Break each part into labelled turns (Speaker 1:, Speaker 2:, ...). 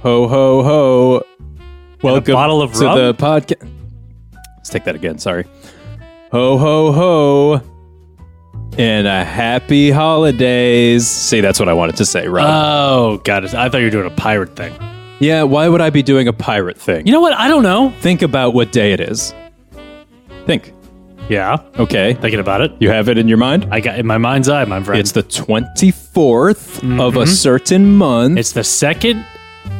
Speaker 1: Ho ho ho! Welcome
Speaker 2: bottle of
Speaker 1: to
Speaker 2: rum?
Speaker 1: the podcast. Let's take that again. Sorry. Ho ho ho! And a happy holidays. See, that's what I wanted to say, Rob.
Speaker 2: Oh, got it. I thought you were doing a pirate thing.
Speaker 1: yeah. Why would I be doing a pirate thing?
Speaker 2: You know what? I don't know.
Speaker 1: think about what day it is. Think.
Speaker 2: Yeah,
Speaker 1: Okay.
Speaker 2: thinking about it.
Speaker 1: You have it in your mind.
Speaker 2: I got in my mind's eye, my friend.
Speaker 1: It's the twenty of
Speaker 2: Mm-hmm.
Speaker 1: a certain month.
Speaker 2: It's the second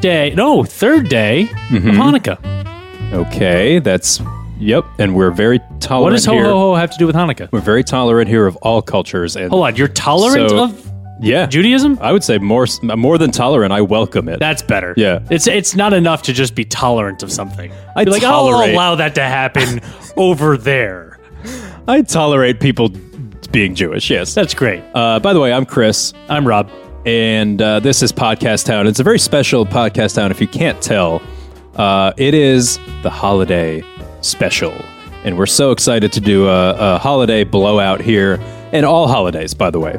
Speaker 2: day, no, third day
Speaker 1: Mm-hmm.
Speaker 2: of Hanukkah.
Speaker 1: okay. That's. Yep. And we're very tolerant
Speaker 2: What does ho
Speaker 1: here.
Speaker 2: ho ho have to do with Hanukkah?
Speaker 1: We're very tolerant here of all cultures and
Speaker 2: Hold on, you're tolerant
Speaker 1: So- Uh,
Speaker 2: of
Speaker 1: yeah,
Speaker 2: Judaism?
Speaker 1: I would say more more than tolerant. I welcome it.
Speaker 2: That's better.
Speaker 1: Yeah.
Speaker 2: it's it's not enough to just be tolerant of something.
Speaker 1: I
Speaker 2: Be like "Oh, I'll
Speaker 1: tolerate-
Speaker 2: allow that to happen over there.
Speaker 1: I tolerate people being Jewish. Yes.
Speaker 2: That's great.
Speaker 1: Uh, by the way, I'm Chris,
Speaker 2: I'm Rob.
Speaker 1: and uh, this is Podcast Town. It's a very special Podcast Town. If you can't tell, uh, it is the holiday special, and we're so excited to do a, a holiday blowout here, and all holidays, by the way,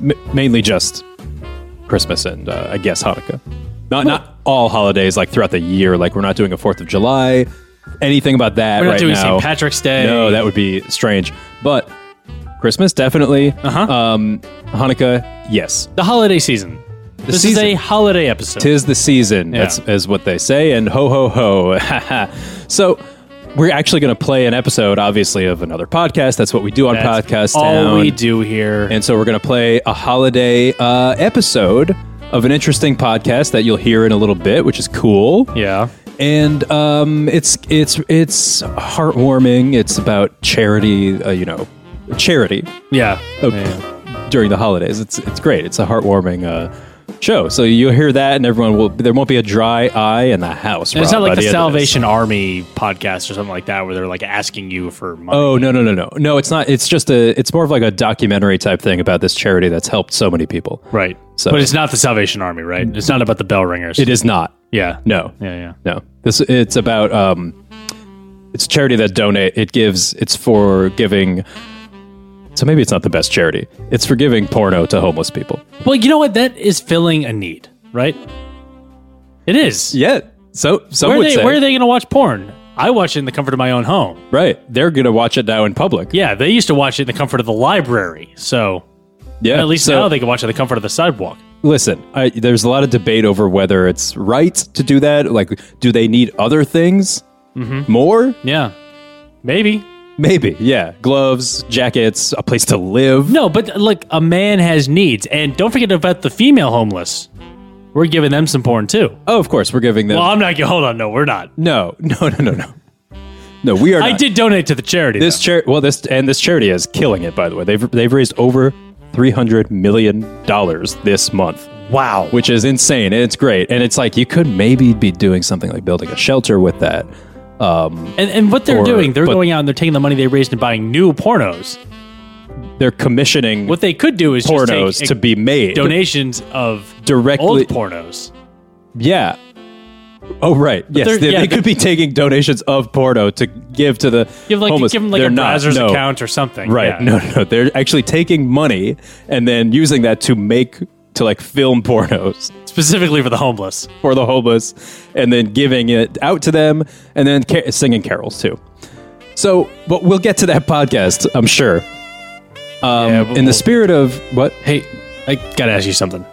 Speaker 1: M- mainly just Christmas and uh, I guess Hanukkah. Not not all holidays like throughout the year. Like we're not doing a Fourth of July, anything about that
Speaker 2: We're not
Speaker 1: right
Speaker 2: doing
Speaker 1: now.
Speaker 2: St. Patrick's Day.
Speaker 1: No, that would be strange. But Christmas definitely.
Speaker 2: Uh-huh.
Speaker 1: Um, Hanukkah, yes.
Speaker 2: the holiday season. this
Speaker 1: season.
Speaker 2: is a holiday episode.
Speaker 1: Tis the season. That's is what they say. And ho ho ho. so. We're actually going to play an episode, obviously, of another podcast. That's what we do on
Speaker 2: That's
Speaker 1: Podcast
Speaker 2: all
Speaker 1: Town.
Speaker 2: we do here.
Speaker 1: And so we're going to play a holiday uh, episode of an interesting podcast that you'll hear in a little bit, which is cool.
Speaker 2: yeah.
Speaker 1: And um, it's it's it's heartwarming. It's about charity, uh, you know, charity
Speaker 2: Yeah.
Speaker 1: uh, during the holidays. It's it's great. It's a heartwarming uh, show. So you'll hear that, and everyone will. There won't be a dry eye in the house.
Speaker 2: It's
Speaker 1: Rob,
Speaker 2: not
Speaker 1: by
Speaker 2: like the,
Speaker 1: end of this.
Speaker 2: Salvation Army podcast or something like that where they're like asking you for money.
Speaker 1: Oh no no no no no! It's not. It's just a. It's more of like a documentary type thing about this charity that's helped so many people.
Speaker 2: right.
Speaker 1: Oh, So-
Speaker 2: But it's not the Salvation Army, right? It's not about the bell ringers.
Speaker 1: It is not.
Speaker 2: Yeah.
Speaker 1: No.
Speaker 2: Yeah, yeah.
Speaker 1: No. This it's about um it's charity that donate it gives it's for giving so maybe it's not the best charity. It's for giving porno to homeless people.
Speaker 2: Well, you know what? That is filling a need, right? It is.
Speaker 1: Yeah. So some
Speaker 2: where, are
Speaker 1: would
Speaker 2: they,
Speaker 1: say
Speaker 2: where are they going to watch porn? I watch it in the comfort of my own home.
Speaker 1: right. They're gonna watch it now in public.
Speaker 2: Yeah, they used to watch it in the comfort of the library. So
Speaker 1: Yeah.
Speaker 2: at least
Speaker 1: so,
Speaker 2: now they can watch it in the comfort of the sidewalk.
Speaker 1: listen. I, there's a lot of debate over whether it's right to do that. Like, do they need other things?
Speaker 2: Mm-hmm.
Speaker 1: More?
Speaker 2: Yeah. Maybe.
Speaker 1: Maybe. Yeah. Gloves, jackets, a place to live.
Speaker 2: No, but like a man has needs, and don't forget about the female homeless. We're giving them some porn too.
Speaker 1: Oh, of course, we're giving them.
Speaker 2: Well, I'm not. gonna- Hold on, no, we're not.
Speaker 1: no, no, no, no, no. No, we are.
Speaker 2: I
Speaker 1: not.
Speaker 2: did donate to the charity.
Speaker 1: This char- well, this and this charity is killing it. By the way, they've they've raised over three hundred million dollars this month,
Speaker 2: though. wow.
Speaker 1: which is insane. And it's great, and it's like you could maybe be doing something like building a shelter with that.
Speaker 2: And, and what they're
Speaker 1: Or-
Speaker 2: doing, they're
Speaker 1: but-
Speaker 2: going out and they're taking the money they raised and buying new pornos.
Speaker 1: They're commissioning
Speaker 2: What they could do is
Speaker 1: pornos
Speaker 2: just take
Speaker 1: to be made
Speaker 2: donations of old
Speaker 1: directly.
Speaker 2: pornos.
Speaker 1: yeah. Oh right, yes,
Speaker 2: they're-
Speaker 1: they,
Speaker 2: yeah,
Speaker 1: they could be taking donations of porno to give to the
Speaker 2: Give like
Speaker 1: homeless.
Speaker 2: give them like
Speaker 1: They're
Speaker 2: a
Speaker 1: not,
Speaker 2: browser's
Speaker 1: no.
Speaker 2: account or something.
Speaker 1: Right.
Speaker 2: Yeah.
Speaker 1: No, no, no. They're actually taking money and then using that to make to like film pornos
Speaker 2: specifically for the homeless.
Speaker 1: for the homeless and then giving it out to them and then ca- singing carols too. So, but we'll get to that podcast, I'm sure. Um,
Speaker 2: Yeah, but
Speaker 1: in the
Speaker 2: we'll-
Speaker 1: spirit of what?
Speaker 2: Mm-hmm. Hey, I gotta ask you something.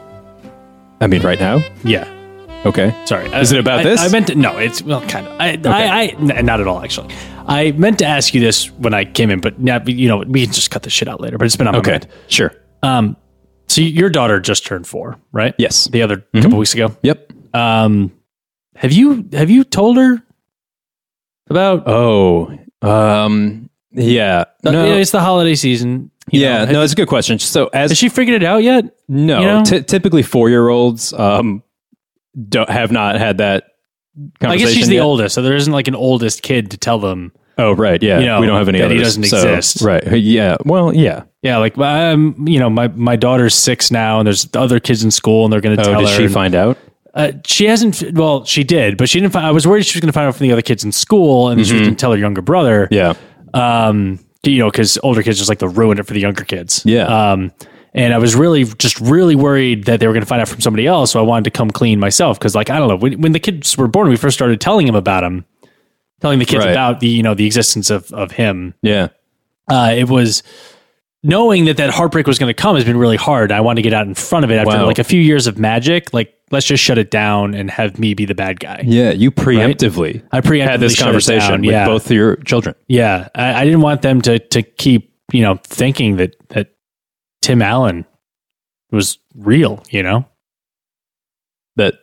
Speaker 1: I mean, right now?
Speaker 2: Yeah.
Speaker 1: Okay.
Speaker 2: Sorry. uh,
Speaker 1: Is it about
Speaker 2: I-
Speaker 1: this?
Speaker 2: I meant to, no. It's well, kind of. I, I, I n- not at all actually. I meant to ask you this when I came in, but now you know we can just cut this shit out later. But it's been on my
Speaker 1: Okay.
Speaker 2: mind.
Speaker 1: Sure.
Speaker 2: Um, so your daughter just turned four, right?
Speaker 1: Yes. Mm-hmm.
Speaker 2: The other couple weeks ago.
Speaker 1: Yep.
Speaker 2: Um, have you have you told her about?
Speaker 1: Oh, um, yeah.
Speaker 2: no,
Speaker 1: No,
Speaker 2: it's the holiday season. Uh, you
Speaker 1: yeah.
Speaker 2: know.
Speaker 1: No, it's a good question. So, as
Speaker 2: Has she figured it out yet?
Speaker 1: No,
Speaker 2: You know?
Speaker 1: ty- typically four year olds um, don't have not had that.
Speaker 2: I
Speaker 1: Conversation
Speaker 2: guess she's the
Speaker 1: yet.
Speaker 2: oldest, so there isn't like an oldest kid to tell them.
Speaker 1: Oh right, yeah.
Speaker 2: you know,
Speaker 1: we don't have any
Speaker 2: that he
Speaker 1: others.
Speaker 2: doesn't
Speaker 1: so-
Speaker 2: exist.
Speaker 1: Right. uh, Yeah. Well. Yeah.
Speaker 2: Yeah, like um, you know, my my daughter's six now, and there's other kids in school, and they're going to
Speaker 1: Oh,
Speaker 2: tell
Speaker 1: did
Speaker 2: her.
Speaker 1: she
Speaker 2: and-
Speaker 1: find out?
Speaker 2: Uh, she hasn't. Well, she did, but she didn't. Find, I was worried she was going to find out from the other kids in school, and she didn't tell her younger brother.
Speaker 1: Mm-hmm. Yeah.
Speaker 2: Um, you know, because older kids just like to ruin it for the younger kids.
Speaker 1: Yeah.
Speaker 2: Um, And I was really just really worried that they were going to find out from somebody else. So I wanted to come clean myself because, like, I don't know. When, when the kids were born, we first started telling him about him, telling the kids
Speaker 1: Right.
Speaker 2: about the you know the existence of of him.
Speaker 1: Yeah.
Speaker 2: Uh, it was knowing that that heartbreak was going to come has been really hard. I wanted to get out in front of it after
Speaker 1: Wow.
Speaker 2: like a few years of magic. Like, let's just shut it down and have me be the bad guy.
Speaker 1: Yeah. You preemptively
Speaker 2: I preemptively
Speaker 1: had this
Speaker 2: shut it
Speaker 1: conversation
Speaker 2: down,
Speaker 1: with
Speaker 2: yeah.
Speaker 1: both your children.
Speaker 2: Yeah, I, I didn't want them to to keep you know thinking that that Tim Allen was real. You know,
Speaker 1: That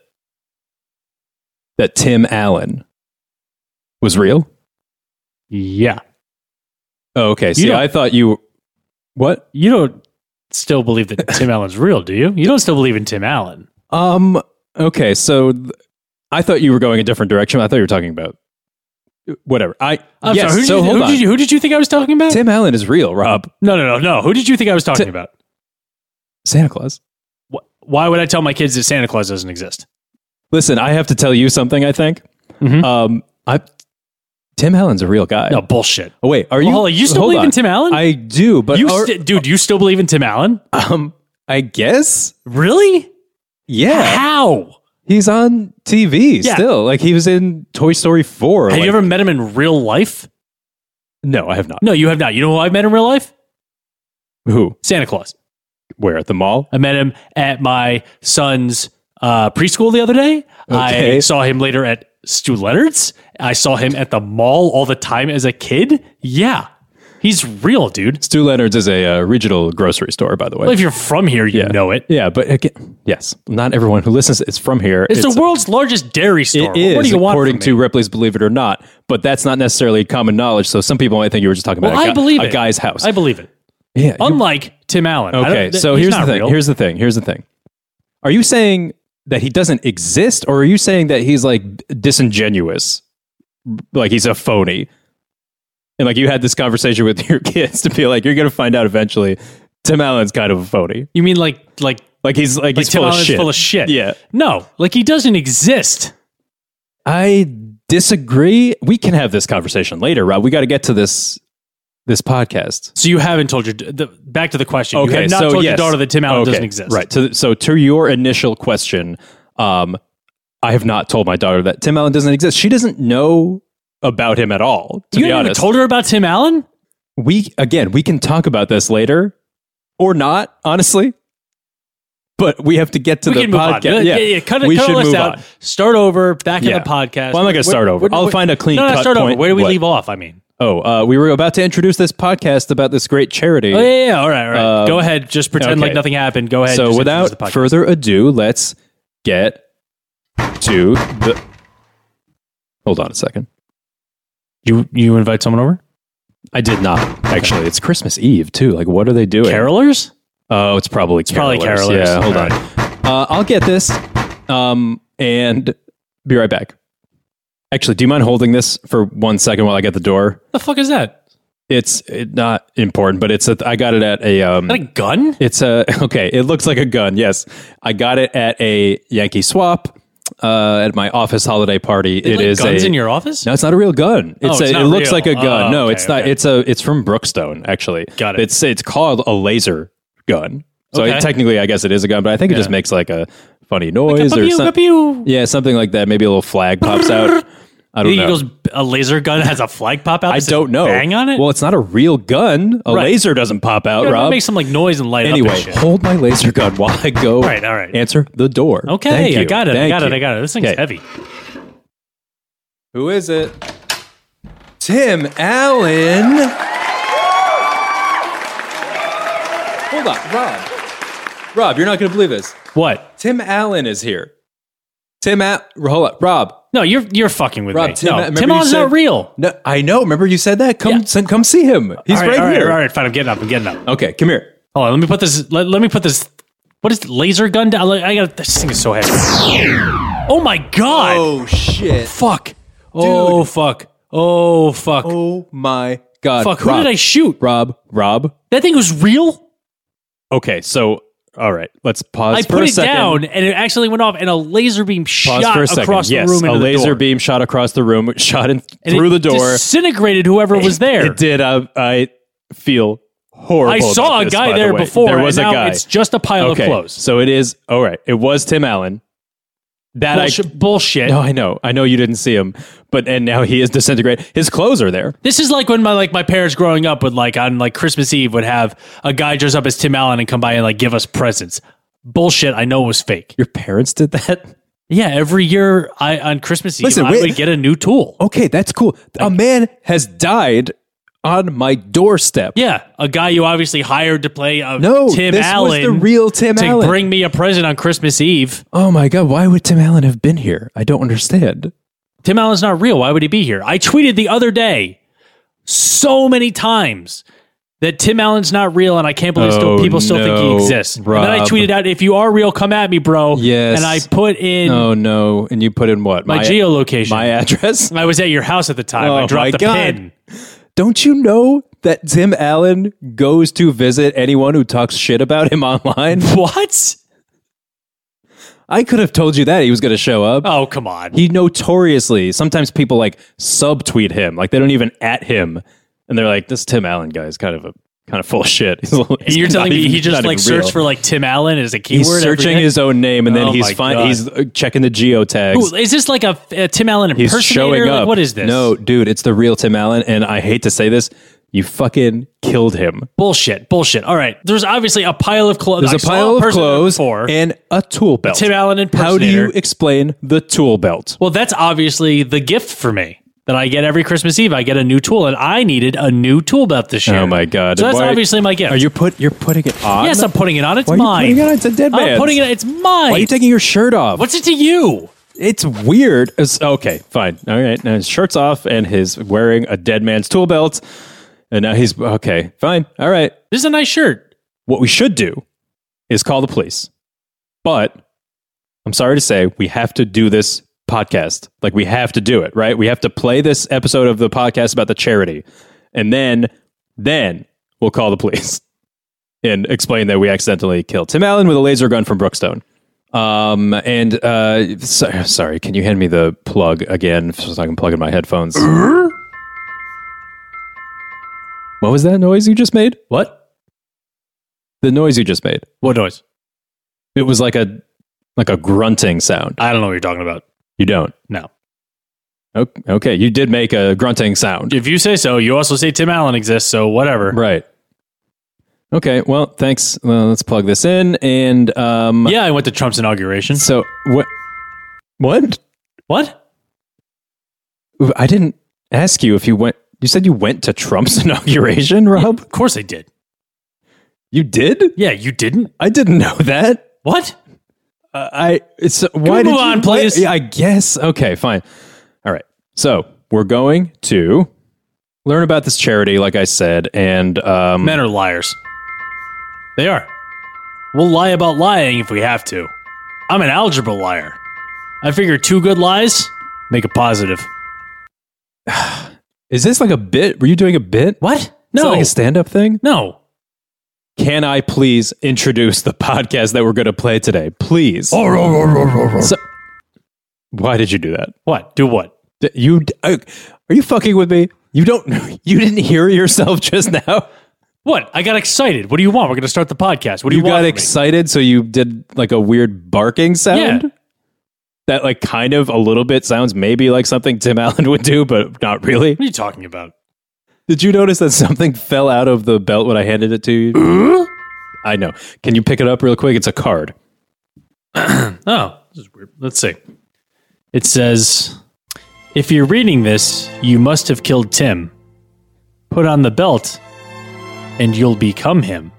Speaker 1: that Tim Allen was real.
Speaker 2: yeah.
Speaker 1: Oh, okay. See,
Speaker 2: don't-
Speaker 1: I thought you. What?
Speaker 2: You don't still believe that Tim Allen's real, do you? You don't still believe in Tim Allen.
Speaker 1: Um. Okay. So th- I thought you were going a different direction. I thought you were talking about whatever. I.
Speaker 2: I'm
Speaker 1: yes.
Speaker 2: sorry, who did
Speaker 1: so
Speaker 2: you,
Speaker 1: hold
Speaker 2: who
Speaker 1: on.
Speaker 2: Did you, who did you think I was talking about?
Speaker 1: Tim Allen is real, Rob.
Speaker 2: No, no, no, no. Who did you think I was talking
Speaker 1: Ti-
Speaker 2: about?
Speaker 1: Santa Claus.
Speaker 2: Wh- Why would I tell my kids that Santa Claus doesn't exist?
Speaker 1: Listen, I have to tell you something. I think.
Speaker 2: Mhm.
Speaker 1: Um. I. Tim Allen's a real guy.
Speaker 2: No bullshit.
Speaker 1: Oh, wait. Are you?
Speaker 2: You, well, you still
Speaker 1: hold
Speaker 2: believe
Speaker 1: on.
Speaker 2: in Tim Allen?
Speaker 1: I do, but
Speaker 2: you,
Speaker 1: are-
Speaker 2: sti- dude, you still believe in Tim Allen?
Speaker 1: um, I guess.
Speaker 2: Really?
Speaker 1: Yeah,
Speaker 2: How?
Speaker 1: he's on TV
Speaker 2: Yeah.
Speaker 1: still. Like he was in Toy Story Four.
Speaker 2: Have
Speaker 1: like-
Speaker 2: you ever met him in real life?
Speaker 1: No, I have not.
Speaker 2: No, you have not. You know who I met in real life?
Speaker 1: Who?
Speaker 2: Santa Claus.
Speaker 1: Where? At the mall?
Speaker 2: I met him at my son's uh, preschool the other day. I
Speaker 1: Okay.
Speaker 2: saw him later at Stu Leonard's. I saw him at the mall all the time as a kid. Yeah, he's real, dude.
Speaker 1: Stu Leonard's is a uh, regional grocery store, by the way.
Speaker 2: Well, if you're from here, you know it.
Speaker 1: yeah, but again, yes, not everyone who listens is from here.
Speaker 2: It's, the world's largest dairy store.
Speaker 1: it is,
Speaker 2: what do you want?
Speaker 1: according
Speaker 2: from me?
Speaker 1: to Ripley's Believe It or Not, but that's not necessarily common knowledge. So some people might think you were just talking about
Speaker 2: Well,
Speaker 1: a,
Speaker 2: I
Speaker 1: guy-
Speaker 2: believe
Speaker 1: a
Speaker 2: it.
Speaker 1: guy's house.
Speaker 2: I believe it.
Speaker 1: yeah, you-
Speaker 2: Unlike Tim Allen. I don't-
Speaker 1: Okay,
Speaker 2: th-
Speaker 1: so
Speaker 2: he's
Speaker 1: here's the
Speaker 2: not
Speaker 1: thing.
Speaker 2: real.
Speaker 1: Here's the thing. Here's the thing. Are you saying that he doesn't exist, or are you saying that he's like disingenuous, like he's a phony, and like you had this conversation with your kids to be like, you're gonna find out eventually. Tim Allen's kind of a phony.
Speaker 2: you mean like like,
Speaker 1: Like he's like,
Speaker 2: like
Speaker 1: he's
Speaker 2: Tim
Speaker 1: full
Speaker 2: Allen's
Speaker 1: of shit.
Speaker 2: full of shit?
Speaker 1: Yeah,
Speaker 2: No, like he doesn't exist.
Speaker 1: I disagree. We can have this conversation later, Rob. We got to get to this this podcast.
Speaker 2: So you haven't told your the, back to the question. you
Speaker 1: Okay,
Speaker 2: have not
Speaker 1: so
Speaker 2: told
Speaker 1: yes.
Speaker 2: your daughter that Tim Allen
Speaker 1: Okay,
Speaker 2: doesn't exist.
Speaker 1: Right. So, so to your initial question, um, I have not told my daughter that Tim Allen doesn't exist. She doesn't know about him at all. To
Speaker 2: you
Speaker 1: be
Speaker 2: haven't
Speaker 1: honest,
Speaker 2: even told her about Tim Allen?
Speaker 1: we again we can talk about this later or not, honestly. But we have to get to
Speaker 2: We
Speaker 1: the
Speaker 2: can move on.
Speaker 1: podcast.
Speaker 2: Yeah, yeah, cut, it-
Speaker 1: we
Speaker 2: cut
Speaker 1: should
Speaker 2: all this
Speaker 1: move
Speaker 2: out.
Speaker 1: on.
Speaker 2: Start over. Back
Speaker 1: Yeah.
Speaker 2: in the podcast.
Speaker 1: Well, I'm not gonna
Speaker 2: Where-
Speaker 1: start over.
Speaker 2: where-
Speaker 1: I'll
Speaker 2: where-
Speaker 1: find a clean
Speaker 2: No, no,
Speaker 1: cut
Speaker 2: start over.
Speaker 1: point.
Speaker 2: Where do we
Speaker 1: What?
Speaker 2: leave off? I mean.
Speaker 1: Oh, uh, we were about to introduce this podcast about this great charity.
Speaker 2: Oh yeah, yeah, yeah. All right, all right.
Speaker 1: Um,
Speaker 2: Go ahead. Just pretend
Speaker 1: okay.
Speaker 2: like nothing happened. Go ahead.
Speaker 1: so
Speaker 2: just introduce the
Speaker 1: without
Speaker 2: podcast.
Speaker 1: further ado, let's get to the. Hold on a second.
Speaker 2: you you invite someone over?
Speaker 1: I did not actually. It's Christmas Eve too. Like, what are they doing?
Speaker 2: Carolers?
Speaker 1: Oh, it's probably it's
Speaker 2: probably carolers.
Speaker 1: Yeah, hold
Speaker 2: All
Speaker 1: on. Uh, I'll get this, um, and be right back. Actually, do you mind holding this for one second while I get the door?
Speaker 2: The fuck is that? Is
Speaker 1: It's it, not important, but it's a, I got it at a. Um,
Speaker 2: that a gun?
Speaker 1: it's a okay. It looks like a gun. Yes, I got it at a Yankee swap uh, at my office holiday party. It is
Speaker 2: Like, guns
Speaker 1: a,
Speaker 2: in your office?
Speaker 1: No, it's not a real gun. It's,
Speaker 2: it's
Speaker 1: a,
Speaker 2: not
Speaker 1: it looks
Speaker 2: real.
Speaker 1: like a gun.
Speaker 2: Oh,
Speaker 1: no,
Speaker 2: okay,
Speaker 1: it's not.
Speaker 2: okay.
Speaker 1: It's a. It's from Brookstone actually.
Speaker 2: Got it.
Speaker 1: It's it's called a laser gun. So
Speaker 2: Okay.
Speaker 1: it- technically, I guess it is a gun, but I think it just makes like a funny noise or
Speaker 2: Pew,
Speaker 1: something.
Speaker 2: pew.
Speaker 1: Yeah, something like that. Maybe a little flag pops out. I don't
Speaker 2: He
Speaker 1: know.
Speaker 2: goes a laser gun has a flag pop out.
Speaker 1: I
Speaker 2: that says
Speaker 1: don't know.
Speaker 2: Bang on it.
Speaker 1: Well, it's not a real gun. A laser doesn't pop out,
Speaker 2: Yeah, it
Speaker 1: Rob.
Speaker 2: makes some like noise and light up.
Speaker 1: Anyway,
Speaker 2: and shit.
Speaker 1: hold my laser gun while I go
Speaker 2: All right, all right.
Speaker 1: answer the door.
Speaker 2: Okay,
Speaker 1: Thank
Speaker 2: I
Speaker 1: you.
Speaker 2: got it. I
Speaker 1: Thank
Speaker 2: got it.
Speaker 1: you.
Speaker 2: I got it. This thing's
Speaker 1: Okay.
Speaker 2: heavy.
Speaker 1: Who is it? Tim Allen. Hold on, Rob. Rob, you're not going to believe this.
Speaker 2: What?
Speaker 1: Tim Allen is here. Tim, Al- hold on, Rob.
Speaker 2: No, you're you're fucking with
Speaker 1: Rob,
Speaker 2: me.
Speaker 1: Tim-
Speaker 2: no,
Speaker 1: remember
Speaker 2: Tim
Speaker 1: you
Speaker 2: Allen's
Speaker 1: said-
Speaker 2: not real.
Speaker 1: No, I know. Remember you said that. Come,
Speaker 2: Yeah.
Speaker 1: send, come see him. He's
Speaker 2: all
Speaker 1: right,
Speaker 2: all
Speaker 1: here.
Speaker 2: All right, fine. I'm getting up. I'm getting up. Hold
Speaker 1: Okay, come here.
Speaker 2: on. Let me put this. Let, let me put this. What is it, laser gun down? Like, I got this thing is so heavy. Oh my god!
Speaker 1: shit!
Speaker 2: fuck! Oh fuck! Oh fuck!
Speaker 1: Oh my god!
Speaker 2: fuck! Who
Speaker 1: Rob,
Speaker 2: did I shoot?
Speaker 1: Rob, Rob.
Speaker 2: That thing was real.
Speaker 1: Okay, so all right, let's pause
Speaker 2: I
Speaker 1: for
Speaker 2: put
Speaker 1: a
Speaker 2: it
Speaker 1: second.
Speaker 2: down, and it actually went off, and a laser beam
Speaker 1: Pause
Speaker 2: shot
Speaker 1: for a second.
Speaker 2: across
Speaker 1: yes,
Speaker 2: the room.
Speaker 1: a
Speaker 2: into the
Speaker 1: laser
Speaker 2: door.
Speaker 1: beam shot across the room, shot in
Speaker 2: And
Speaker 1: through the
Speaker 2: it
Speaker 1: door.
Speaker 2: disintegrated whoever was there.
Speaker 1: It did. I, I feel horrible.
Speaker 2: I
Speaker 1: about
Speaker 2: saw a
Speaker 1: this,
Speaker 2: guy
Speaker 1: by the
Speaker 2: there
Speaker 1: way.
Speaker 2: before.
Speaker 1: There
Speaker 2: and
Speaker 1: was a
Speaker 2: now
Speaker 1: guy.
Speaker 2: It's just a pile
Speaker 1: okay,
Speaker 2: of clothes.
Speaker 1: so it is all right. It was Tim Allen. That
Speaker 2: Bullshit.
Speaker 1: I
Speaker 2: bullshit.
Speaker 1: no, I know, I know you didn't see him, but and now he is disintegrated. His clothes are there.
Speaker 2: This is like when my like my parents growing up would like on like Christmas Eve would have a guy dress up as Tim Allen and come by and like give us presents. Bullshit. I know it was fake.
Speaker 1: Your parents did that.
Speaker 2: Yeah, every year I on Christmas Eve
Speaker 1: Listen,
Speaker 2: I
Speaker 1: wait-
Speaker 2: would get a new tool.
Speaker 1: Okay, that's cool. A man has died on my doorstep.
Speaker 2: Yeah, a guy you obviously hired to play uh,
Speaker 1: No,
Speaker 2: Tim
Speaker 1: this
Speaker 2: Allen.
Speaker 1: was the real Tim
Speaker 2: to
Speaker 1: Allen.
Speaker 2: bring me a present on Christmas Eve.
Speaker 1: oh my god, why would Tim Allen have been here? I don't understand.
Speaker 2: Tim Allen's not real. Why would he be here? I tweeted the other day so many times that Tim Allen's not real, and I can't believe still,
Speaker 1: Oh,
Speaker 2: people still think
Speaker 1: no,
Speaker 2: he exists. And then I
Speaker 1: Rob.
Speaker 2: tweeted out, "If you are real, come at me, bro."
Speaker 1: Yes.
Speaker 2: And I put in
Speaker 1: Oh no! And you put in what
Speaker 2: my, geolocation.
Speaker 1: my address?
Speaker 2: I was at your house at the time. I
Speaker 1: Oh,
Speaker 2: dropped
Speaker 1: my
Speaker 2: the
Speaker 1: God.
Speaker 2: pin.
Speaker 1: Don't you know that Tim Allen goes to visit anyone who talks shit about him online?
Speaker 2: What?
Speaker 1: I could have told you that he was going to show up.
Speaker 2: Oh, come on.
Speaker 1: He notoriously sometimes people like subtweet him, like they don't even at him, and they're like, "This Tim Allen guy is kind of a kind of full of shit." He's,
Speaker 2: and you're telling me he just like searched for like Tim Allen as a keyword?
Speaker 1: he's
Speaker 2: every
Speaker 1: searching
Speaker 2: day?
Speaker 1: his own name, and then
Speaker 2: Oh
Speaker 1: he's
Speaker 2: my
Speaker 1: fine.
Speaker 2: God.
Speaker 1: He's uh, checking the geotags.
Speaker 2: Ooh, is this like a, a Tim Allen
Speaker 1: He's
Speaker 2: impersonator?
Speaker 1: showing
Speaker 2: Like,
Speaker 1: up.
Speaker 2: what is this?
Speaker 1: No, dude, it's the real Tim Allen, and I hate to say this, you fucking killed him.
Speaker 2: bullshit, bullshit. All right, there's obviously a pile of clothes.
Speaker 1: There's
Speaker 2: a
Speaker 1: a pile of clothes
Speaker 2: Before.
Speaker 1: and a tool belt.
Speaker 2: Tim Allen
Speaker 1: How do you
Speaker 2: impersonator.
Speaker 1: explain the tool belt?
Speaker 2: well, that's obviously the gift for me that I get every Christmas Eve. I get a new tool, and I needed a new tool belt this year.
Speaker 1: Oh my god!
Speaker 2: So that's
Speaker 1: Why-
Speaker 2: obviously my gift.
Speaker 1: Are you put? You're putting it on?
Speaker 2: Yes, I'm putting it on. It's
Speaker 1: Why are you
Speaker 2: mine.
Speaker 1: putting it on? It's a dead
Speaker 2: I'm
Speaker 1: man's.
Speaker 2: putting it. It's mine.
Speaker 1: Why are you taking your shirt off?
Speaker 2: What's it to you?
Speaker 1: It's weird. It's- okay, fine. All right. Now his shirt's off and he's wearing a dead man's tool belt. And now he's okay. Fine. All right.
Speaker 2: This is a nice shirt.
Speaker 1: What we should do is call the police. But I'm sorry to say, we have to do this podcast. Like, we have to do it, right? We have to play this episode of the podcast about the charity. And then, then we'll call the police and explain that we accidentally killed Tim Allen with a laser gun from Brookstone. Um, and uh, so, sorry, can you hand me the plug again so I can plug in my headphones? what was that noise you just made?
Speaker 2: What?
Speaker 1: The noise you just made.
Speaker 2: What noise?
Speaker 1: It was like a like a grunting sound.
Speaker 2: I don't know what you're talking about.
Speaker 1: You don't.
Speaker 2: No.
Speaker 1: O- Okay, you did make a grunting sound.
Speaker 2: If you say so, you also say Tim Allen exists. So whatever.
Speaker 1: Right. Okay, well, thanks. Well, let's plug this in and um
Speaker 2: Yeah, I went to Trump's inauguration.
Speaker 1: so what What?
Speaker 2: What?
Speaker 1: I didn't ask you if you went you said you went to Trump's inauguration, Rob?
Speaker 2: Of course I did.
Speaker 1: You did?
Speaker 2: Yeah, you didn't.
Speaker 1: I didn't know that.
Speaker 2: What?
Speaker 1: Uh, I it's why
Speaker 2: we
Speaker 1: did
Speaker 2: move
Speaker 1: you
Speaker 2: on,
Speaker 1: play-
Speaker 2: please?
Speaker 1: Yeah, I guess. Okay, fine. All right. So we're going to learn about this charity, like I said, and um,
Speaker 2: Men are liars. They are. We'll lie about lying if we have to. I'm an algebra liar. I figure two good lies make a positive.
Speaker 1: is this like a bit? Were you doing a bit?
Speaker 2: What?
Speaker 1: Is that
Speaker 2: No.
Speaker 1: like a stand-up thing.
Speaker 2: no.
Speaker 1: Can I please introduce the podcast that we're going to play today, please? So- why did you do that?
Speaker 2: What? Do what?
Speaker 1: D- You d- uh, are you fucking with me? You don't. You didn't hear yourself just now.
Speaker 2: What? I got excited. What do you want? We're going to start the podcast. What do you,
Speaker 1: You
Speaker 2: want?
Speaker 1: got
Speaker 2: from me?
Speaker 1: excited, so you did like a weird barking sound.
Speaker 2: Yeah.
Speaker 1: that like kind of a little bit sounds maybe like something Tim Allen would do, but not really.
Speaker 2: What are you talking about?
Speaker 1: Did you notice that something fell out of the belt when I handed it to you?
Speaker 2: Uh?
Speaker 1: I know. Can you pick it up real quick? It's a card.
Speaker 2: Oh, this is weird. Let's see. It says If you're reading this, you must have killed Tim. Put on the belt, and you'll become him.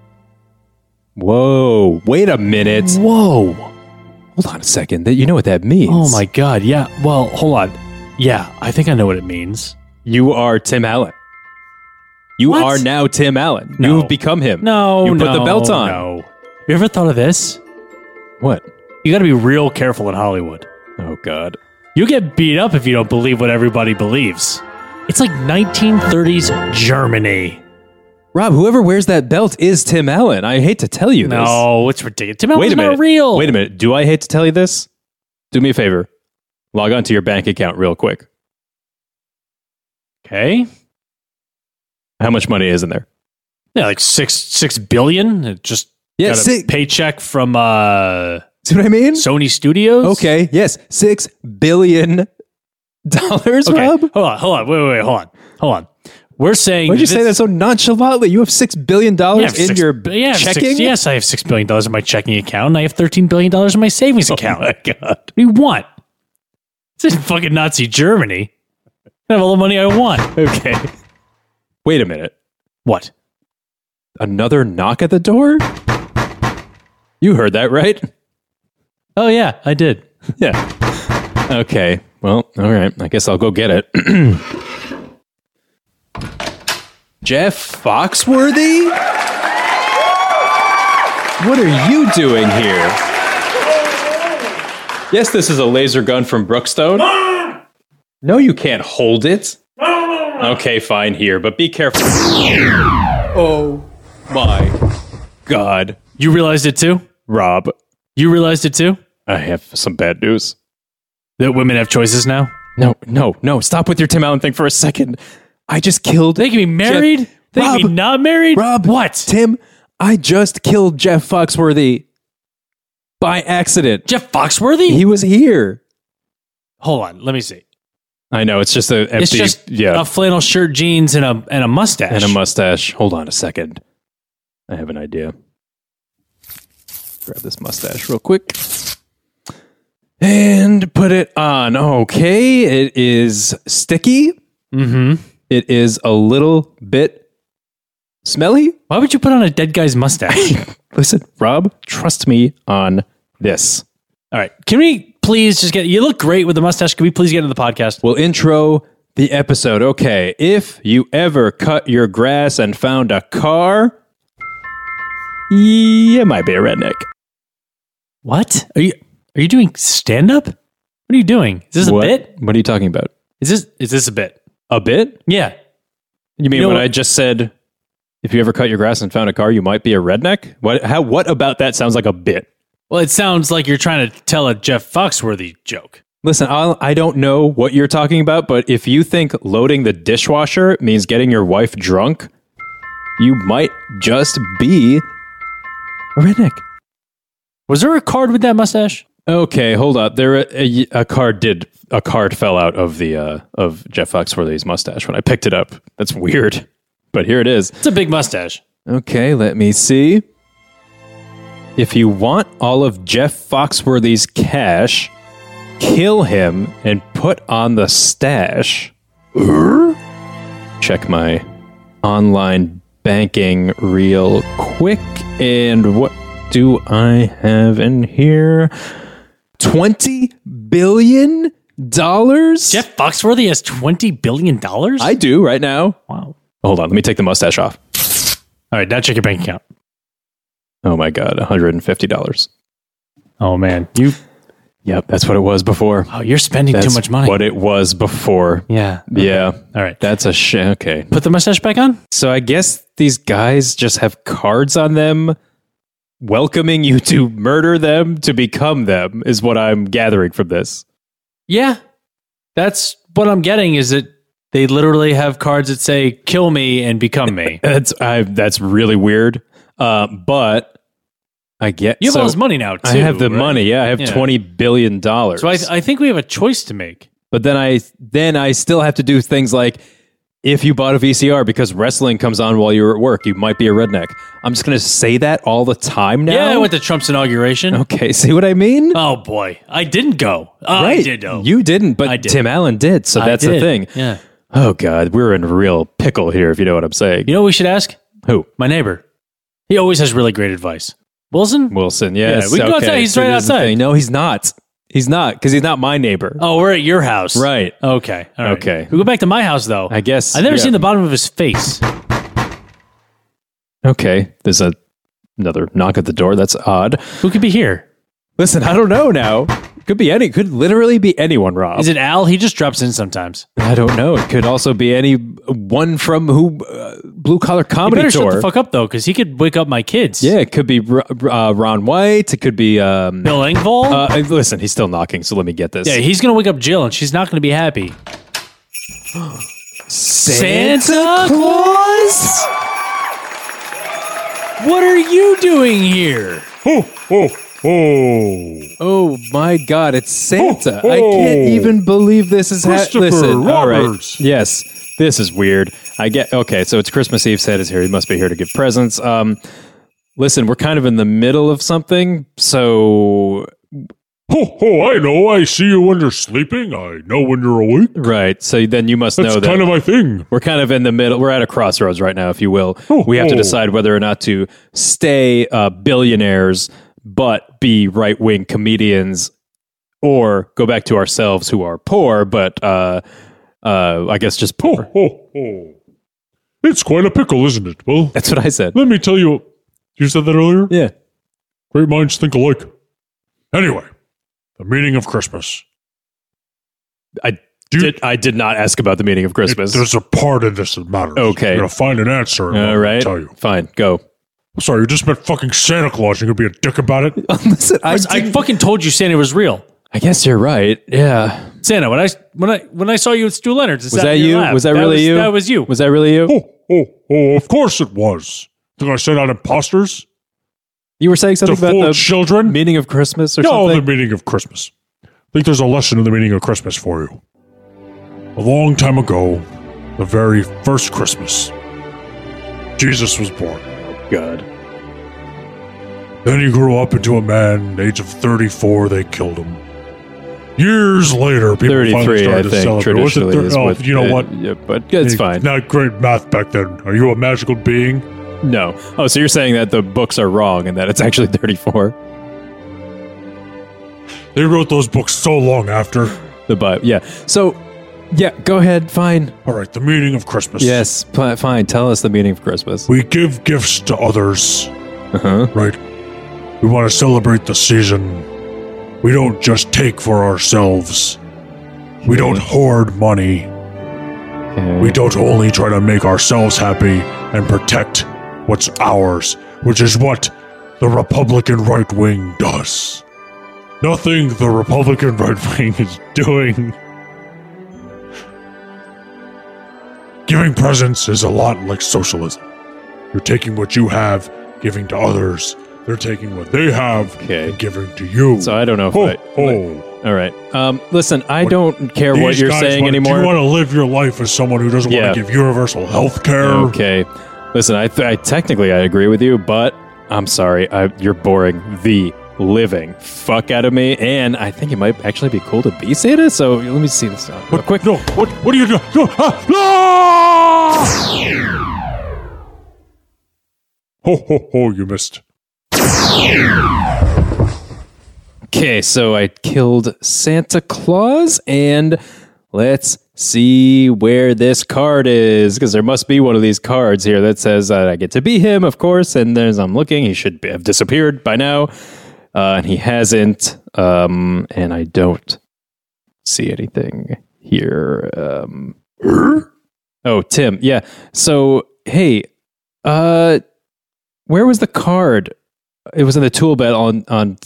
Speaker 1: Whoa! Wait a minute.
Speaker 2: Whoa.
Speaker 1: Hold on a second. That you know what that means?
Speaker 2: Oh my god, yeah. Well, hold on. Yeah, I think I know what it means.
Speaker 1: You are Tim Allen. You
Speaker 2: What?
Speaker 1: are now Tim Allen.
Speaker 2: No.
Speaker 1: You have become him.
Speaker 2: No,
Speaker 1: you
Speaker 2: no,
Speaker 1: put the belt on.
Speaker 2: No. You ever thought of this?
Speaker 1: What?
Speaker 2: You got to be real careful in Hollywood.
Speaker 1: Oh God.
Speaker 2: You get beat up if you don't believe what everybody believes. It's like 1930s Germany.
Speaker 1: Rob, whoever wears that belt is Tim Allen. I hate to tell you this.
Speaker 2: No, it's ridiculous. Tim
Speaker 1: Wait
Speaker 2: Allen's
Speaker 1: a minute.
Speaker 2: not real.
Speaker 1: Wait a minute. Do I hate to tell you this? Do me a favor. Log on to your bank account real quick.
Speaker 2: Okay.
Speaker 1: How much money is in there?
Speaker 2: Yeah, like six six billion. It just
Speaker 1: Yeah,
Speaker 2: got a
Speaker 1: si-
Speaker 2: paycheck from uh,
Speaker 1: See what I mean?
Speaker 2: Sony Studios.
Speaker 1: Okay, yes, six billion dollars,
Speaker 2: Okay.
Speaker 1: Rob.
Speaker 2: Hold on. Hold on. Wait. Wait. wait, Hold on. Hold on. We're saying.
Speaker 1: Why'd you
Speaker 2: this-
Speaker 1: say that so nonchalantly? You have six billion
Speaker 2: I
Speaker 1: dollars
Speaker 2: have
Speaker 1: in
Speaker 2: six-
Speaker 1: your
Speaker 2: yeah, I have six-
Speaker 1: checking.
Speaker 2: yes, I have six billion dollars in my checking account, and I have thirteen billion dollars in my savings
Speaker 1: Oh
Speaker 2: account. What do you want? This is fucking Nazi Germany. I have all the money I want.
Speaker 1: Okay. Wait a minute.
Speaker 2: What?
Speaker 1: Another knock at the door. You heard that right?
Speaker 2: Oh yeah, I did.
Speaker 1: Yeah. Okay. Well, all right. I guess I'll go get it. Jeff Foxworthy? What are you doing here? Yes, this is a laser gun from Brookstone. No, you can't hold it. Okay, fine here, but be careful. Oh my god.
Speaker 2: You realized it too.
Speaker 1: Rob,
Speaker 2: You realized it too.
Speaker 1: I have some bad news.
Speaker 2: That women have choices now.
Speaker 1: No, no, no. Stop with your Tim Allen thing for a second. I just killed
Speaker 2: They can be married. they can
Speaker 1: Rob.
Speaker 2: be not married.
Speaker 1: Rob.
Speaker 2: what?
Speaker 1: Tim, I just killed Jeff Foxworthy by accident.
Speaker 2: Jeff Foxworthy?
Speaker 1: He was here.
Speaker 2: Hold on, let me see.
Speaker 1: I know. It's just an empty.
Speaker 2: It's just a flannel shirt, jeans, and a and a mustache.
Speaker 1: and a mustache. Hold on a second. I have an idea. Grab this mustache real quick and put it on. Okay, it is sticky.
Speaker 2: Mm-hmm.
Speaker 1: It is a little bit smelly.
Speaker 2: Why would you put on a dead guy's mustache?
Speaker 1: Listen, Rob, trust me on this.
Speaker 2: All right, can we please just get? You look great with the mustache. Can we please get into the podcast?
Speaker 1: We'll intro the episode. Okay. If you ever cut your grass and found a car, you might be a redneck.
Speaker 2: What are you? Are you doing stand up? What are you doing? Is this
Speaker 1: what?
Speaker 2: a bit?
Speaker 1: What are you talking about?
Speaker 2: Is this is this a bit? Oh,
Speaker 1: A bit?
Speaker 2: Yeah.
Speaker 1: You mean
Speaker 2: You know
Speaker 1: when
Speaker 2: what-
Speaker 1: I just said, if you ever cut your grass and found a car, you might be a redneck? What, how, what about that sounds like a bit?
Speaker 2: Well, it sounds like you're trying to tell a Jeff Foxworthy joke.
Speaker 1: Listen, I'll, I don't know what you're talking about, but if you think loading the dishwasher means getting your wife drunk, you might just be a redneck.
Speaker 2: Was there a card with that mustache?
Speaker 1: Okay, hold up. There a, a card did a card fell out of the uh, of Jeff Foxworthy's mustache when I picked it up. That's weird, but here it is.
Speaker 2: It's a big mustache.
Speaker 1: Okay, let me see. If you want all of Jeff Foxworthy's cash, kill him and put on the stash. Check my online banking real quick. And what do I have in here? $20 billion?
Speaker 2: Jeff Foxworthy has twenty billion dollars.
Speaker 1: I do right now.
Speaker 2: wow.
Speaker 1: Hold on, let me take the mustache off.
Speaker 2: All right, now check your bank account.
Speaker 1: Oh my God, $150.
Speaker 2: Oh man, you
Speaker 1: Yep, that's what it was before.
Speaker 2: oh you're spending too
Speaker 1: That's
Speaker 2: much money.
Speaker 1: What it was before.
Speaker 2: Yeah.
Speaker 1: Yeah.
Speaker 2: All right.
Speaker 1: That's a shit. Okay.
Speaker 2: Put the mustache back on.
Speaker 1: So I guess these guys just have cards on them welcoming you to murder them to become them is what I'm gathering from this.
Speaker 2: Yeah. That's what I'm getting. Is that they literally have cards that say "kill me" and "become me."
Speaker 1: That's I that's really weird. Uh, but I get
Speaker 2: You have
Speaker 1: so
Speaker 2: all this money now. Too,
Speaker 1: I have the
Speaker 2: right?
Speaker 1: money. Yeah, I have
Speaker 2: Yeah.
Speaker 1: 20 billion dollars.
Speaker 2: So I, I think we have a choice to make.
Speaker 1: But then I then I still have to do things like if you bought a VCR because wrestling comes on while you're at work, you might be a redneck. I'm just gonna say that all the time now.
Speaker 2: Yeah, I went to Trump's inauguration.
Speaker 1: okay, see what I mean?
Speaker 2: Oh boy, I didn't go. Oh, I did go.
Speaker 1: You didn't, but
Speaker 2: I did.
Speaker 1: Tim Allen did. So
Speaker 2: I
Speaker 1: that's the
Speaker 2: did.
Speaker 1: thing.
Speaker 2: Yeah.
Speaker 1: Oh God, we're in real pickle here, if you know what I'm saying.
Speaker 2: You know what we should ask
Speaker 1: Who?
Speaker 2: my neighbor. He always has really great advice. Wilson.
Speaker 1: Wilson. Yes.
Speaker 2: we can go
Speaker 1: okay.
Speaker 2: outside. He's
Speaker 1: So
Speaker 2: right
Speaker 1: this is the
Speaker 2: outside.
Speaker 1: thing. No, he's not. He's not because he's not my neighbor.
Speaker 2: Oh, we're at your house,
Speaker 1: Right.
Speaker 2: Okay. All right.
Speaker 1: Okay.
Speaker 2: We go back to my house though.
Speaker 1: I guess.
Speaker 2: I've never
Speaker 1: yeah.
Speaker 2: seen the bottom of his face.
Speaker 1: Okay. There's a another knock at the door. That's odd.
Speaker 2: Who could be here?
Speaker 1: Listen, I don't know now. Could be any. Could literally be anyone, Rob.
Speaker 2: Is it Al? He just drops in sometimes.
Speaker 1: I don't know. It could also be any one from who uh, blue collar
Speaker 2: You
Speaker 1: comedy
Speaker 2: better shut
Speaker 1: tour.
Speaker 2: the fuck up though, because he could wake up my kids.
Speaker 1: yeah, it could be Ro- uh, Ron White. It could be. Um,
Speaker 2: Bill Engvall.
Speaker 1: uh, I- listen, he's still knocking, so let me get this.
Speaker 2: yeah, he's gonna wake up Jill, and she's not gonna be happy. Santa
Speaker 1: Claus.
Speaker 2: What are you doing here?
Speaker 1: Oh my God! It's Santa. I can't even believe this is happening.
Speaker 3: Christopher
Speaker 1: Listen, all right.
Speaker 3: Roberts.
Speaker 1: Yes, this is weird. I get okay. So it's Christmas Eve. Santa's here. He must be here to give presents. Um, listen, we're kind of in the middle of something, so
Speaker 3: Ho, ho, I know. I see you when you're sleeping. I know when you're awake.
Speaker 1: right. So then you must
Speaker 3: That's
Speaker 1: know that
Speaker 3: kind of my thing.
Speaker 1: We're kind of in the middle. We're at a crossroads right now, if you will.
Speaker 3: Oh,
Speaker 1: we have to
Speaker 3: oh.
Speaker 1: decide whether or not to stay uh, billionaires, but be right wing comedians, or go back to ourselves who are poor, but uh, uh, I guess just
Speaker 3: Ho,
Speaker 1: poor.
Speaker 3: ho, ho. It's quite a pickle, isn't it? Well,
Speaker 1: That's what I said.
Speaker 3: let me tell you. You said that earlier?
Speaker 1: Yeah.
Speaker 3: Great minds think alike. Anyway, the meaning of Christmas.
Speaker 1: I
Speaker 3: Do you-
Speaker 1: did, I did not ask about the meaning of
Speaker 3: It-
Speaker 1: Christmas.
Speaker 3: there's a part of this that matters.
Speaker 1: Okay.
Speaker 3: You're going to find an answer. and
Speaker 1: All
Speaker 3: I'll
Speaker 1: right.
Speaker 3: tell you.
Speaker 1: Fine. Go.
Speaker 3: I'm sorry, you just met fucking Santa Claus. You're going to be a dick about it?
Speaker 1: Listen, I,
Speaker 2: I
Speaker 1: didn't-
Speaker 2: fucking told you Santa was real.
Speaker 1: I guess you're right. Yeah.
Speaker 2: Santa, when I when I when I saw you at Stu Leonard's,
Speaker 1: Was that you? Was that really you?
Speaker 2: That was you.
Speaker 1: Was that really you?
Speaker 3: Oh, oh, oh, of course it was. Think I sent out imposters
Speaker 1: You were saying
Speaker 3: to
Speaker 1: something
Speaker 3: fool
Speaker 1: about the
Speaker 3: children?
Speaker 1: meaning of Christmas or
Speaker 3: No,
Speaker 1: something?
Speaker 3: the meaning of Christmas. think there's a lesson in the meaning of Christmas for you. A long time ago, the very first Christmas, Jesus was born.
Speaker 1: God.
Speaker 3: Then he grew up into a man, age of 34, they killed him. Years later, people finally
Speaker 1: 33,
Speaker 3: started
Speaker 1: I
Speaker 3: to
Speaker 1: think,
Speaker 3: celebrate. Was it
Speaker 1: traditionally.
Speaker 3: thir-
Speaker 1: is
Speaker 3: oh,
Speaker 1: what,
Speaker 3: you know
Speaker 1: uh,
Speaker 3: what?
Speaker 1: Yeah, but it's
Speaker 3: Hey,
Speaker 1: fine.
Speaker 3: Not great math back then. Are you a magical being?
Speaker 1: No. Oh, so you're saying that the books are wrong and that it's actually 34?
Speaker 3: They wrote those books so long after.
Speaker 1: The Bible. Yeah. So, yeah, go ahead. Fine.
Speaker 3: All right, the meaning of Christmas.
Speaker 1: Yes, pl- fine. Tell us the meaning of Christmas.
Speaker 3: We give gifts to others,
Speaker 1: Uh-huh.
Speaker 3: right? We want to celebrate the season. We don't just take for ourselves. We don't hoard money.
Speaker 1: Okay.
Speaker 3: We don't only try to make ourselves happy and protect what's ours, which is what the Republican right wing does. Nothing the Republican right wing is doing. Giving presents is a lot like socialism. You're taking what you have, giving to others. They're taking what they have
Speaker 1: Okay.
Speaker 3: and giving to you.
Speaker 1: so I don't know if
Speaker 3: Ho,
Speaker 1: I-
Speaker 3: ho.
Speaker 1: All right. Um, listen, I
Speaker 3: What-
Speaker 1: don't care what
Speaker 3: These
Speaker 1: you're
Speaker 3: guys
Speaker 1: saying
Speaker 3: wanna-
Speaker 1: anymore.
Speaker 3: Do you want to live your life as someone who doesn't
Speaker 1: Yeah.
Speaker 3: want to give universal health care?
Speaker 1: okay. Listen, I, th- I technically I agree with you, but I'm sorry. I, you're boring the living fuck out of me, and I think it might actually be cool to be Santa. So let me see this out real
Speaker 3: What,
Speaker 1: quick.
Speaker 3: quick, no. What, what are you doing? No, ah, no! Ho, ho, ho, you missed.
Speaker 1: Okay, so I killed Santa Claus, and let's see where this card is, because there must be one of these cards here that says that I get to be him, of course. And as I'm looking, he should be, have disappeared by now, uh, and he hasn't. Um, and I don't see anything here. Um, oh, Tim, yeah. So hey, uh, where was the card? It was in the tool belt on on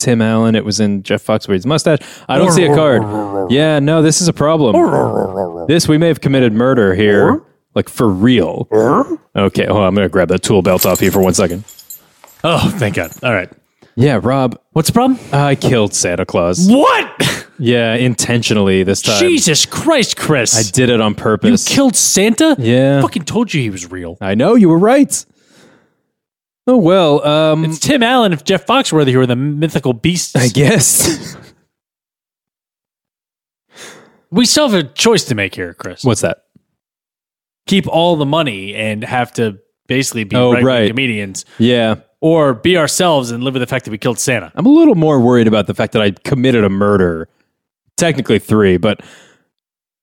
Speaker 1: Tim Allen. It was in Jeff Foxworthy's mustache. I don't see a card. Yeah, no, this is a problem. This we may have committed murder here, like for real. Okay, hold on, I'm gonna grab that tool belt off you for one second.
Speaker 2: Oh, thank God. All right.
Speaker 1: Yeah, Rob,
Speaker 2: What's the problem?
Speaker 1: I killed Santa Claus.
Speaker 2: What?
Speaker 1: Yeah, intentionally this time.
Speaker 2: Jesus Christ, Chris.
Speaker 1: I did it on
Speaker 2: You
Speaker 1: purpose.
Speaker 2: killed Santa?
Speaker 1: yeah,
Speaker 2: fucking told you he was real.
Speaker 1: I know you were right. Oh well, um,
Speaker 2: It's Tim Allen if Jeff Foxworthy were the mythical beasts.
Speaker 1: I guess.
Speaker 2: we still have a choice to make here, Chris.
Speaker 1: What's that?
Speaker 2: Keep all the money and have to basically be
Speaker 1: Oh,
Speaker 2: right-wing
Speaker 1: right.
Speaker 2: comedians
Speaker 1: Yeah,
Speaker 2: or be ourselves and live with the fact that we killed Santa.
Speaker 1: I'm a little more worried about the fact that I committed a murder. Technically three, but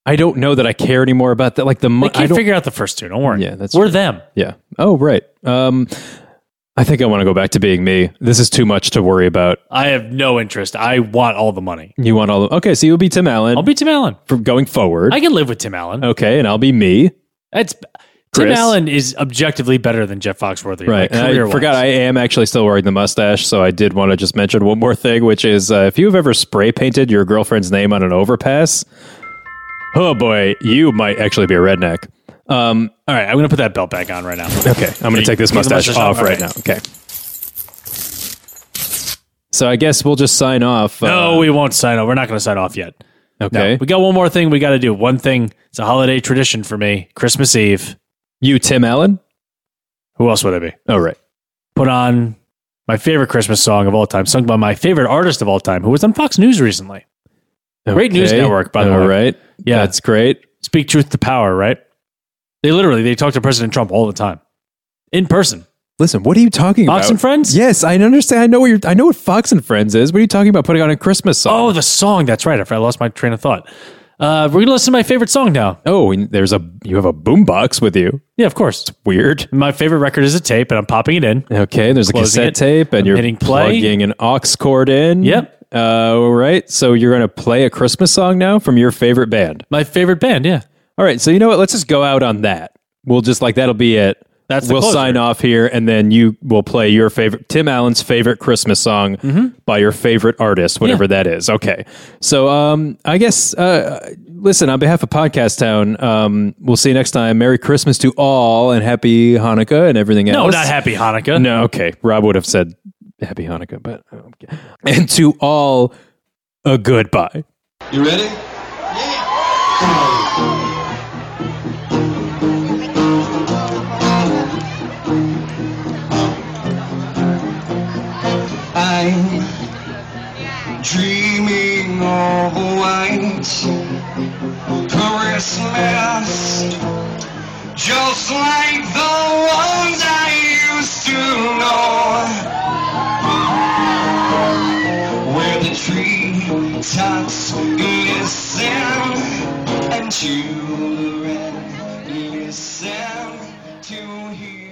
Speaker 1: I don't know that I care anymore about that. Like the
Speaker 2: They
Speaker 1: money. I
Speaker 2: can't
Speaker 1: don't.
Speaker 2: figure out the first two. Don't worry.
Speaker 1: Yeah, that's
Speaker 2: We're them.
Speaker 1: yeah. Oh right. Um, I think I want to go back to being me. This is too much to worry about.
Speaker 2: I have no interest. I want all the money.
Speaker 1: You want all? The- okay, so you'll be Tim Allen
Speaker 2: I'll be Tim Allen.
Speaker 1: from going forward.
Speaker 2: I can live with Tim Allen.
Speaker 1: okay, and I'll be me.
Speaker 2: That's Tim
Speaker 1: Oh, Chris.
Speaker 2: Allen is objectively better than Jeff Foxworthy.
Speaker 1: Right.
Speaker 2: Right.
Speaker 1: And I forgot I am actually still wearing the mustache, so I did want to just mention one more thing, which is uh, if you've ever spray painted your girlfriend's name on an overpass, oh boy, you might actually be a redneck. Um,
Speaker 2: All right, I'm going to put that belt back on right now.
Speaker 1: Okay, I'm going to take this
Speaker 2: Take the
Speaker 1: mustache
Speaker 2: mustache
Speaker 1: off
Speaker 2: off,
Speaker 1: right
Speaker 2: okay.
Speaker 1: now. Okay. So I guess we'll just sign off. uh,
Speaker 2: No, we won't sign off. We're not going to sign off yet. No,
Speaker 1: okay.
Speaker 2: we got one more thing we got to do. One thing. It's a holiday tradition for me. Christmas Eve.
Speaker 1: You, Tim Allen?
Speaker 2: Who else would it be?
Speaker 1: Oh, right.
Speaker 2: Put on my favorite Christmas song of all time, sung by my favorite artist of all time, who was on Fox News recently. Great news
Speaker 1: Okay.
Speaker 2: network, by the
Speaker 1: All
Speaker 2: way.
Speaker 1: right.
Speaker 2: Yeah.
Speaker 1: That's great.
Speaker 2: Speak truth to power, right? They literally they talk to President Trump all the time, in person.
Speaker 1: Listen, what are you talking about?
Speaker 2: Fox and Friends?
Speaker 1: Yes, I understand. I know what you're. I know what Fox and Friends is. What are you talking about? Putting on a Christmas
Speaker 2: Oh,
Speaker 1: song?
Speaker 2: the song. That's right. I f- I lost my train of thought. Uh, we're gonna listen to my favorite song now.
Speaker 1: Oh, and there's a. You have a boombox with you.
Speaker 2: Yeah, of course.
Speaker 1: Weird.
Speaker 2: My favorite record is a tape, and I'm popping it in.
Speaker 1: Okay. There's a
Speaker 2: Closing
Speaker 1: cassette
Speaker 2: it.
Speaker 1: tape, and
Speaker 2: I'm
Speaker 1: you're
Speaker 2: hitting play.
Speaker 1: plugging an aux cord in.
Speaker 2: Yep.
Speaker 1: Uh, all right. So you're going to play a Christmas song now from your favorite band.
Speaker 2: My favorite band. Yeah.
Speaker 1: All right, so you know what? Let's just go out on that. We'll just like that'll be it.
Speaker 2: That's the
Speaker 1: we'll
Speaker 2: closer.
Speaker 1: sign off here, and then you will play your favorite Tim Allen's favorite Christmas song
Speaker 2: Mm-hmm.
Speaker 1: by your favorite artist, whatever that is. Okay, so um, I guess uh, listen on behalf of Podcast Town, um, we'll see you next time. Merry Christmas to all, and Happy Hanukkah and everything
Speaker 2: No,
Speaker 1: else.
Speaker 2: not Happy Hanukkah.
Speaker 1: No, okay. Rob would have said Happy Hanukkah, but okay. and to all a goodbye.
Speaker 4: You ready? I'm dreaming of a white Christmas, just like the ones I used to know where the tree tops listen and children listen to hear.